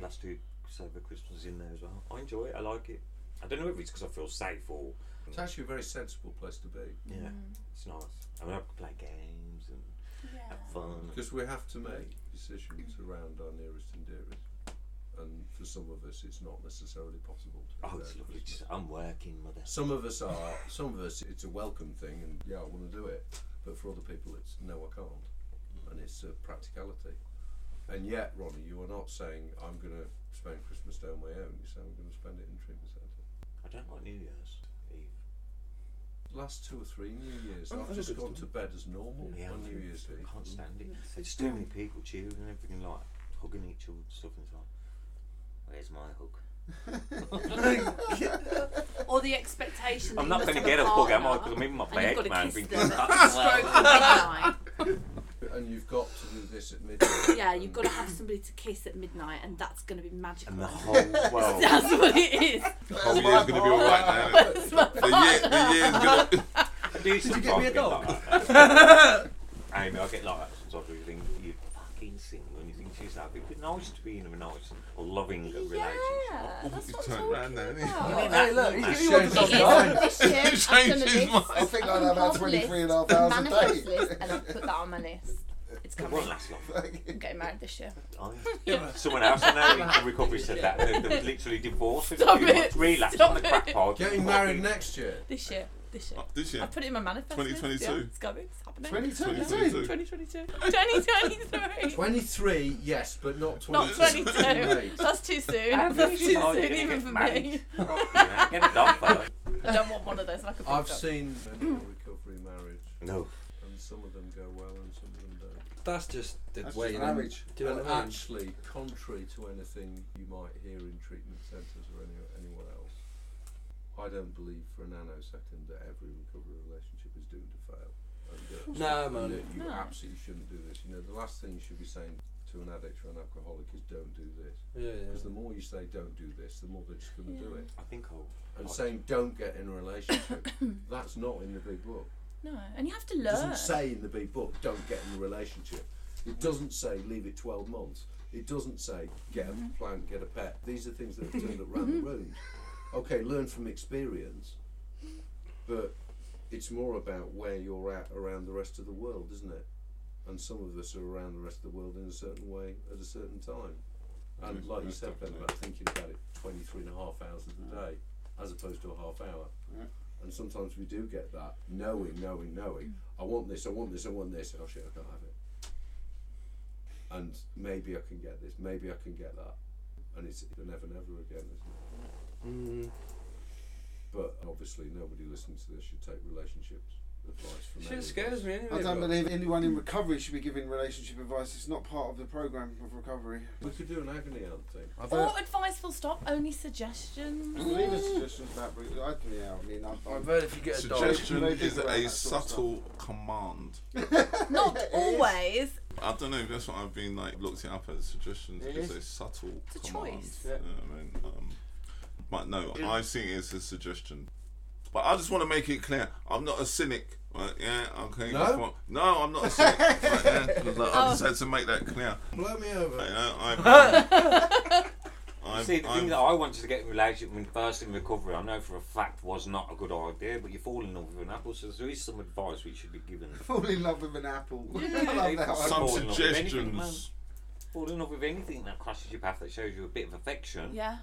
last two sober Christmases in there as well. I enjoy it. I like it. I don't know if it's because I feel safe or
It's actually a very sensible place to be
yeah, it's nice. I mean, I can play games and have fun.
because we have to make decisions around our nearest and dearest. And for some of us, it's not necessarily possible. To do
Oh,
that
it's
at
lovely.
Christmas.
Just, I'm working, mother.
Some of us are. Some of us, it's a welcome thing, and yeah, I want to do it. But for other people, it's no, I can't, and it's a practicality. And yet, Ronnie, you are not saying I'm going to spend Christmas Day on my own. You're saying I'm going to spend it in treatment centre.
I don't like New Year's Eve.
Last two or three New Years,
Oh,
I've
that's a
just gone
good
to bed as normal
Yeah,
on New Year's Eve.
I can't stand it. It's too many people cheering and everything like hugging each other and stuff and it's like Where's my hug?
Or the expectation. that
I'm
you
not
must
going to
have a
get a hug, am I?
partner,
'Cause I'm in my
and you've got
bed,
to
man.
kiss
Drinking
them.
that.
midnight.
And you've got to do this at midnight.
Yeah, you've
and
got to have somebody to kiss at midnight, and that's going to be magical.
and the whole world.
That's what it is.
The whole year's going to be alright now. isn't it? The, year, the year's going to.
Did
you get me a dog?
Amy, I get like that sometimes. where You think you fucking single and you think she's happy. It'd be nice to be in a nice, loving relationship.
Yeah, that's
He's
what
turned
I'm
round
talking
now,
about.
Hey, look, he's giving you
Shame
one to dog
she's
now.
This year, I've done a
Changed his
list,
I
mind.
think I'd have about
compiled
23 and a half
a
hours a
manifest
day.
list, and I've put that on my list. It's
It
coming.
won't last long.
I'm getting married this year.
I- Someone else I know in recovery said that. They, they were literally divorced. in
Stop
two
it.
months, Relapsed
Stop
on the
it.
crack pipe.
Getting married next year.
This year. This
Oh,
year.
This
I
year.
put it in my manifest. list,
2022.
Yeah, it's coming. It's happening.
22.
2022. 2023.
23, yes, but not 22.
Not 22.
Mate.
That's too soon.
Average
That's too
height,
soon
yeah,
even
get
for me.
married. Yeah, Get a dog first.
I don't want one of those. Like a big
I've
dog.
seen many a recovery marriage,
No.
and some of them go well and some of them don't.
That's just the
That's
way
just
in.
marriage.
Do Mm. you know
and
what I mean?
actually, contrary to anything you might hear in treatment centres or any, anywhere else, I don't believe for a nanosecond that every recovery relationship is doomed to fail. And that-
No,
and
man.
that You
No.
absolutely shouldn't do this. You know, the last thing you should be saying to an addict or an alcoholic is don't do this.
Yeah,
Because
yeah.
the more you say don't do this, the more they're just going to do it.
I think I'll.
and saying don't get in a relationship. that's not in the big book.
No, and you have to
It doesn't
learn.
say in the big book don't get in a relationship. It doesn't say leave it 12 months. It doesn't say get a plant, get a pet. These are things that have turned up round the room. Okay, learn from experience, but it's more about where you're at around the rest of the world, isn't it? And some of us are around the rest of the world in a certain way at a certain time. And
Mm,
like you
most
said, Ben,
definitely. Mm.
about thinking about it 23 and a half hours of the day as opposed to a half hour. And sometimes we do get that knowing, knowing, knowing. I want this, I want this, I want this. Oh shit, I can't have it. And maybe I can get this, maybe I can get that. And it's the never, never again, isn't it?
Mm,
But obviously, nobody listening to this should take relationships advice from any
shit
of
scares
us.
me anyway.
I don't
bro.
believe anyone in recovery should be giving relationship advice. It's not part of the program of recovery.
We could do an agony aunt thing.
I
Or advice will stop, only suggestions.
Leave us suggestions about. re- I don't know. I mean, I, I,
I've heard if you get a dog.
Suggestion
They think
is
about
a
that sort of
subtle command.
Not always.
I don't know if that's what I've been like looked it up as suggestions.
It
It's
is.
a subtle
It's a
command.
choice.
You know what I mean? Um, but no, I see it as a suggestion. But I just want to make it clear, I'm not a cynic. Right? Yeah, okay.
No?
that's what- no, I'm not a cynic. right, yeah, 'cause, like, I just had to make that clear.
Blow me
You
over.
know, I'm, I'm,
See, the
I'm-
thing that I wanted to get in relationship when first in recovery, I know for a fact was not a good idea, but you fall in love with an apple, so there is some advice which should be given.
fall in love with an apple. I love that one.
Some-
some
fall in love with anything,
suggestions.
Fall in love with anything that crosses your path that shows you a bit of affection.
Yeah.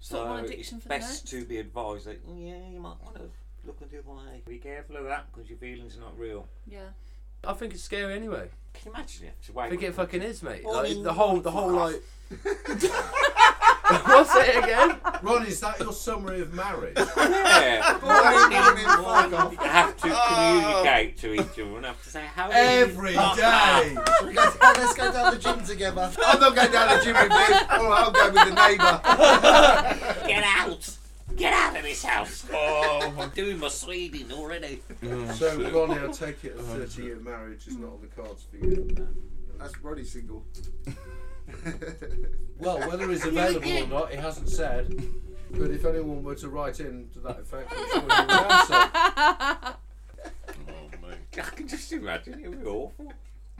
so
one
it's
addiction for the
best to be advised that, mm, yeah, you might want to Look at the other way. Be careful of that because your feelings are not real.
Yeah.
I think it's scary anyway.
Can you imagine it? It's a
I
way
think it
with-
fucking is, mate.
Oh,
Like,
you-
the whole, the whole like. What's it again?
Ron, is that your summary of marriage?
Yeah.
Every
You have to communicate to each other and have to say how
Every
day. Oh,
Let's go, let's go down the gym together.
I'm not going down the gym with you. Oh, I'll go with the neighbour.
get out. Get out of this house. Oh, I'm doing my Sweden already.
So, Ronnie, I take it a 30 year marriage is not on the cards for you.
That's Ronnie single.
Well, whether it's available or not, he hasn't said. But if anyone were to write in to that effect, I'm sure you would answer.
Oh, mate.
I can just imagine it would be awful.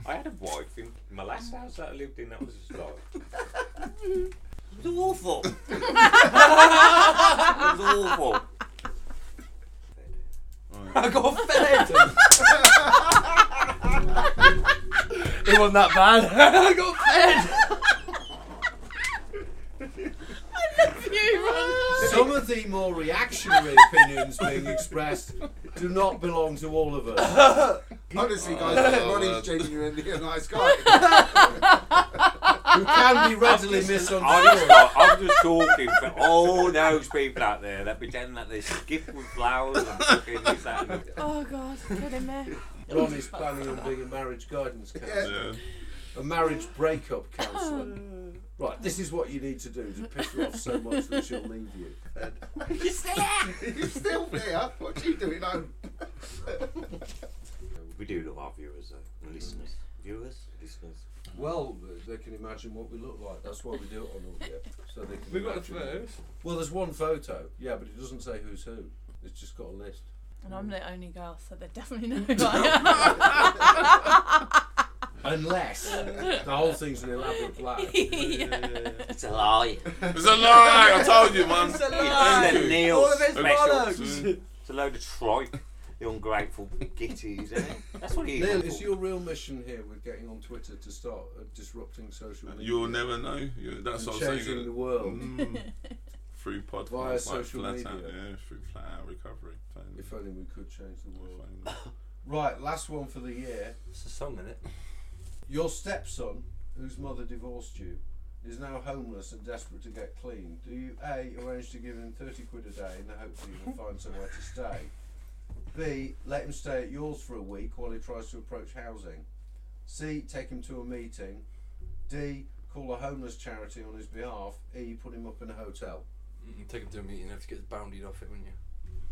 I had a wife in my last house that I lived in that was just like It was awful. it was awful.
I got fed. it wasn't that bad. I got fed.
Some of the more reactionary opinions being expressed do not belong to all of us.
Honestly, guys, Ronnie's genuinely a nice guy.
Who can be readily
I'm just,
misunderstood.
like, I'm just talking for all those people out there that pretend that they skip with flowers and fucking this, that, and the other.
Oh God, kidding me.
Ronnie's planning on being a marriage guidance counsellor,
Yeah.
a marriage breakup counsellor. Right, this is what you need to do to piss her off so much that she'll leave you.
You still there?
You're still there. What are you doing home?
We do love our viewers though, and listeners. Viewers? Listeners.
Well, they can imagine what we look like. That's why we do it on audio. So they can
We've got the
imagine.
photos.
Well, there's one photo. Yeah, but it doesn't say who's who. It's just got a list.
And I'm the only girl, so they definitely know who I
Unless the whole thing's an elaborate
am.
lie.
yeah.
It's a lie.
It's a lie. I told you, man.
It's a lie.
It's
Thank
a
you.
Neil
All of his
special. Mm.
bollocks.
It's a load of tripe. The ungrateful gitties, eh? That's what he
Neil,
is.
is your real mission here with getting on Twitter to start uh, disrupting social media?
You'll never know. You, that's
and
what I'm
changing the
saying.
world.
Mm, through podcasts,
Via
like
social
flat
media.
Out, yeah, through flat out recovery. Phone-
If only we could change the world.
phone.
Right, last one for the year.
It's a song, isn't it?
Your stepson, whose mother divorced you, is now homeless and desperate to get clean. Do you A, arrange to give him 30 quid a day in the hope that he will find somewhere to stay? B, let him stay at yours for a week while he tries to approach housing? C, take him to a meeting? D, call a homeless charity on his behalf? E, put him up in a hotel?
Mm, Take him to a meeting. You have to get bounded off it, wouldn't you?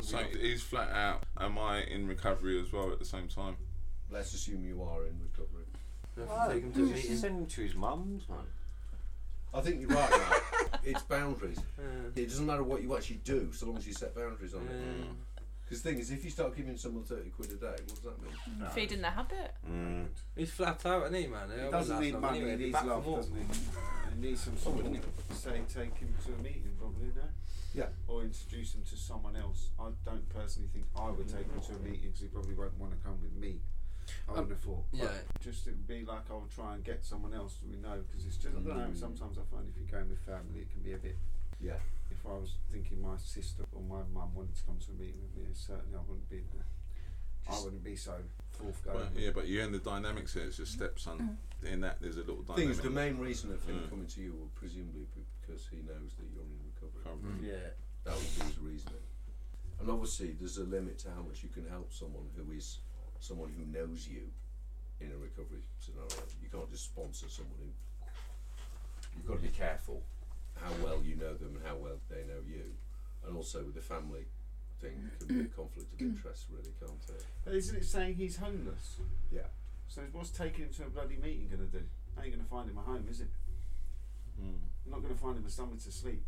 So he's flat out. Am I in recovery as well at the same time?
Let's assume you are in recovery.
You have to take him to a
Just
meeting.
Send him to his mum's, man.
I think you're right, Matt. It's boundaries. It doesn't matter what you actually do, so long as you set boundaries on it. Because the thing is, if you start giving someone 30 quid a day, what does that mean?
Feeding the habit.
He's flat out, isn't he, man?
He doesn't need money, he needs love, doesn't he? He needs some sort of
wouldn't
say, take him to a meeting, probably, no?
Yeah.
Or introduce him to someone else. I don't personally think I would take him to a meeting because he probably won't want to come with me. I wouldn't have thought.
Yeah.
But Just it would be like I would try and get someone else that we know because it's just, I don't know,
Mm.
sometimes I find if you're going with family, it can be a bit.
Yeah.
If I was thinking my sister or my mum wanted to come to a meeting with me, certainly I wouldn't be. I wouldn't be so forthgoing.
But, yeah, but you and the dynamics here. It's your stepson. In that, there's a little
The
dynamic.
thing is, the main reason of him
Mm.
coming to you would presumably be because he knows that you're in recovery.
recovery.
Yeah. That would be his reasoning. And obviously, there's a limit to how much you can help someone who is someone who knows you in a recovery scenario. You can't just sponsor someone who. You've got to be careful how well you know them and how well they know you. And also with the family thing,
Mm.
it can be a conflict of interest, really, can't it?
But isn't it saying he's homeless?
Yeah.
So what's taking him to a bloody meeting going to do? Ain't going to find him a home, is it?
Mm.
Hmm.
You're not going to find him a somewhere to sleep.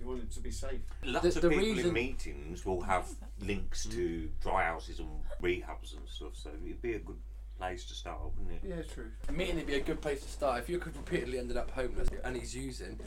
You want him to be safe.
Lots
The-
of
the
people
reason-
in meetings will have links to dry houses and rehabs and stuff, so it'd be a good place to start, wouldn't it?
Yeah, true.
A meeting would be a good place to start. If you could repeatedly ended up homeless and he's using,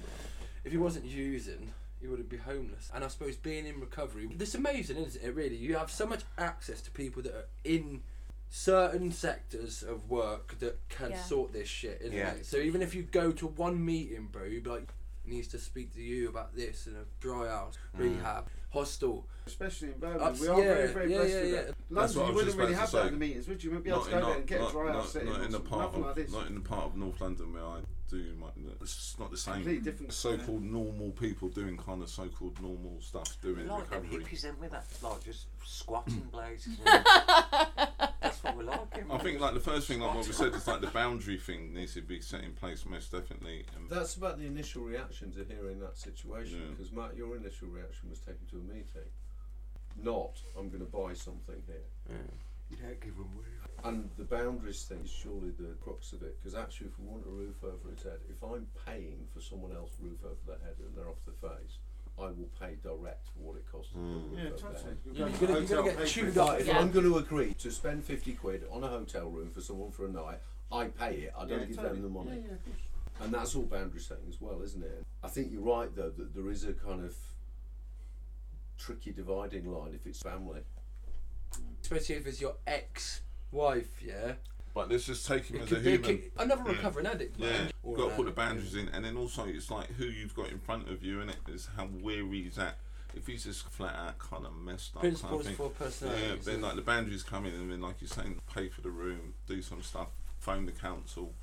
if he wasn't using, he wouldn't be homeless. And I suppose being in recovery, this amazing, isn't it? Really, you have so much access to people that are in certain sectors of work that can
Yeah.
sort this shit, isn't
Yeah.
it? So even if you go to one meeting, bro, you'd be like needs to speak to you about this and a dry house rehab hostel.
Especially in Birmingham,
Ups-
we are
yeah,
very, very
yeah,
blessed
yeah,
with
yeah.
that.
That's what I
London, you
was
wouldn't
just
really
about
have
to
that
say.
in the meetings, would you? You wouldn't be able
Not
to
in,
go there
not,
and get a
not,
dry out
not,
setting.
not
or
in the
something,
part
Nothing
of
like this.
not in the part of North London where I do my. It's not the
Completely
same.
different.
So-called normal people doing kind of so-called normal stuff doing
like them
recovery.
hippies then with that, like just squatting blazes. That's what we like.
I think like the first thing, like what we said, is like the boundary thing needs to be set in place most definitely. And
That's about the initial reaction to hearing that situation.
Yeah.
Because Matt, your initial reaction was taken to a meeting, not I'm going to buy something here.
You don't give them
And the boundaries thing is surely the crux of it. Because actually, if we want a roof over its head, if I'm paying for someone else's roof over their head and they're off their face, I will pay direct for what it costs. to put a roof
Yeah,
over their
totally.
head.
You're
You're
going
gonna-
to
you're gonna get
hotel,
chewed
pay for
up.
it.
If
Yeah.
I'm going to agree to spend 50 quid on a hotel room for someone for a night, I pay it, I don't
Yeah,
give
totally.
them the money.
Yeah, yeah, of course.
And that's all boundary setting as well, isn't it? I think you're right though that there is a kind of tricky dividing line if it's family.
Especially if it's your ex-wife, yeah.
but let's just take him
It
as a
could be a
human.
ki- another recovering addict.
Yeah,
man.
you've
Or
got
an
to put the
addict,
boundaries in, and then also it's like who you've got in front of you, and it is how weary he's at. If he's just flat out kind of messed up, kind of
Principles
thing,
for
yeah,
personalities.
then like the boundaries come in, and then like you're saying, pay for the room, do some stuff, phone the council,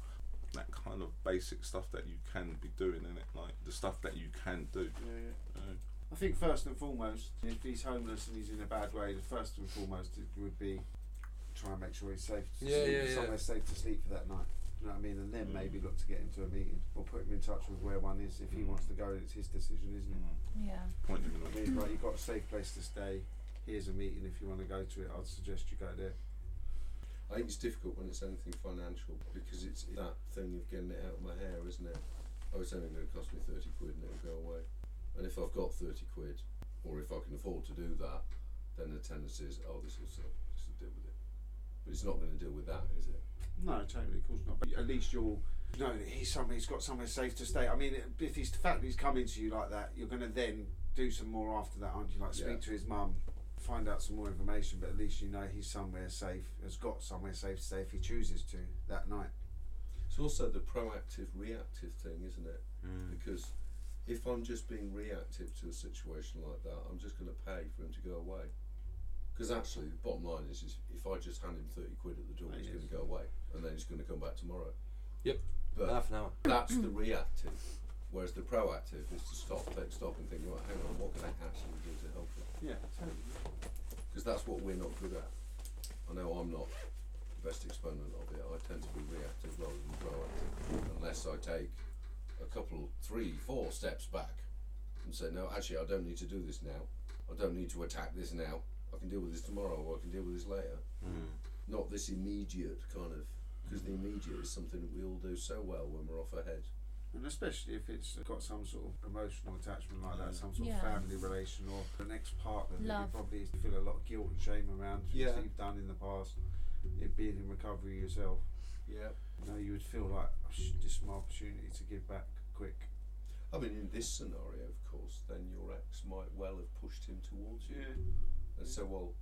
that kind of basic stuff that you can be doing in it, like the stuff that you can do.
Yeah, yeah.
Uh,
I think first and foremost, if he's homeless and he's in a bad way, the first and foremost it would be try and make sure he's safe. To
Yeah,
sleep,
yeah, Hmm. yeah.
Somewhere safe to sleep for that night. You know what I mean? And then
Mm.
maybe look to get him to a meeting or put him in touch with where one is.
Hmm.
If he wants to go, it's his decision, isn't it?
Hmm.
Yeah.
point him in the
I mean, like you've got a safe place to stay. Here's a meeting if you want to go to it. I'd suggest you go there.
I think it's difficult when it's anything financial because it's that thing of getting it out of my hair, isn't it? Oh, it's only going to cost me 30 quid and it'll go away. And if I've got 30 quid, or if I can afford to do that, then the tendency is, oh, this will, sort of- this will deal with it. But it's not going to deal with that, is it?
No, totally, of course not. But at least you'll know that he's somewhere, he's got somewhere safe to stay. I mean, if he's the fact that he's coming to you like that, you're going to then do some more after that, aren't you? Like speak
Yeah.
to his mum, find out some more information, but at least you know he's somewhere safe, has got somewhere safe to stay if he chooses to that night.
It's also the proactive reactive thing, isn't it?
Mm.
Because if I'm just being reactive to a situation like that, I'm just going to pay for him to go away. Because actually, the bottom line is, is if I just hand him 30 quid at the door, he's going to go away and then he's going to come back tomorrow.
Yep.
But
Half an hour.
that's the reactive, whereas the proactive is to stop, take stock, and think, right, hang on, what can I actually do to help him?
Yeah, totally.
Because that's what we're not good at. I know I'm not the best exponent of it. I tend to be reactive rather than proactive, unless I take a couple, three, four steps back and say, no, actually, I don't need to do this now. I don't need to attack this now. I can deal with this tomorrow, or I can deal with this later. Not this immediate kind of, because the immediate is something that we all do so well when we're off our head.
And especially if it's got some sort of emotional attachment like that, some sort
Yeah.
of family relation or an ex partner that you
Love.
probably feel a lot of guilt and shame around things
Yeah.
that you've done in the past, it being in recovery yourself.
Yeah.
No, you would feel like "Oh, sh- this is my opportunity to give back quick.
I mean, in this scenario, of course, then your ex might well have pushed him towards you. and said, "Well,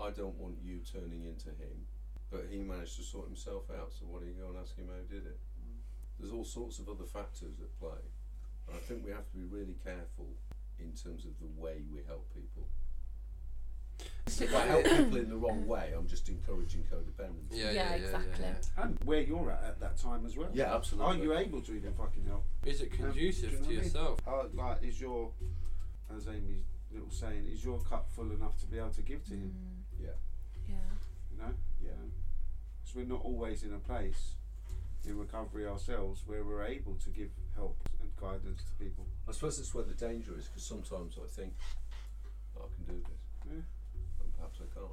I don't want you turning into him," but he managed to sort himself out. So why don't you go and ask him how he did it? There's all sorts of other factors at play, and I think we have to be really careful in terms of the way we help people. If I help people in the wrong way, I'm just encouraging codependence.
Yeah, yeah,
Yeah,
yeah,
exactly.
yeah,
And where you're at at that time as well.
Yeah,
Are
absolutely.
you able to even fucking help?
yeah. Is it
Um, do you know
conducive
what I
to
mean?
yourself?
How, Uh, like, is your, as Amy's little saying, is your cup full enough to be able to give
Mm.
to him?
Yeah.
Yeah.
You know?
Yeah.
Because we're not always in a place in recovery ourselves where we're able to give help and guidance to people.
I suppose that's where the danger is, because sometimes I think "Oh, I can do this,
Hmm.
Yeah.
and perhaps I can't.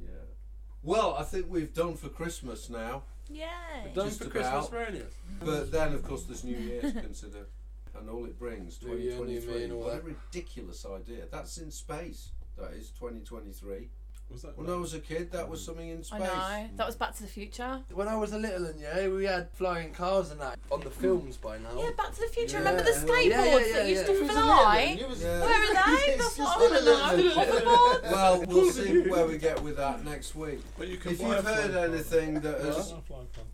Yeah. Well, I think we've done for Christmas now.
Yay.
Done
Just
for
about.
Christmas Ronius.
But then, of course, there's New Year to consider and all it brings.
New Year, new me
2023.
and all
What a
that.
ridiculous idea. That's in space. That is 2023.
Was that
When I was a kid, that
Mm.
was something in
I
space. Mm.
know. That was Back to the Future.
When I was a little and yeah, we had flying cars and that on the films by now.
Yeah, Back to the Future. Remember the
Oh. Yeah,
skateboards
yeah, yeah,
that used
yeah.
to fly?
You was-
Yeah.
Where are they?
It's
That's
just
what I
little-
want to know. Hoverboards.
Well, we'll see where we get with that next week.
But you can
If
buy a
you've
phone
heard
call.
anything that has
Huh?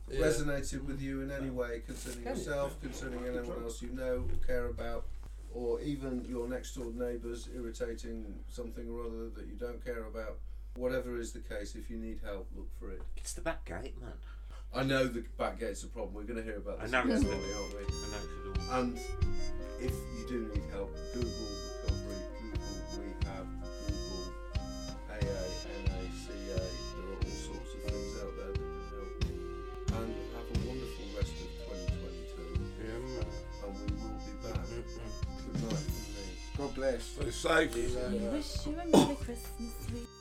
Yeah.
resonated with you in any way concerning
Can you?
yourself, concerning anyone else you know or care about, or even your next door neighbours irritating something or other that you don't care about. Whatever is the case, if you need help, look for it.
It's the back gate, man.
I know the back gate's a problem. We're going to hear about
I
this
know it's
more, aren't we?
I know it's a door.
And if you do need help, Google recovery, Google rehab, Google AA, NACA. There are all sorts of things out there that can help you. And have a wonderful rest of 2022. And we will be back. Good night from me.
God bless.
Stay safe.
We wish you a Merry Christmas. sweet-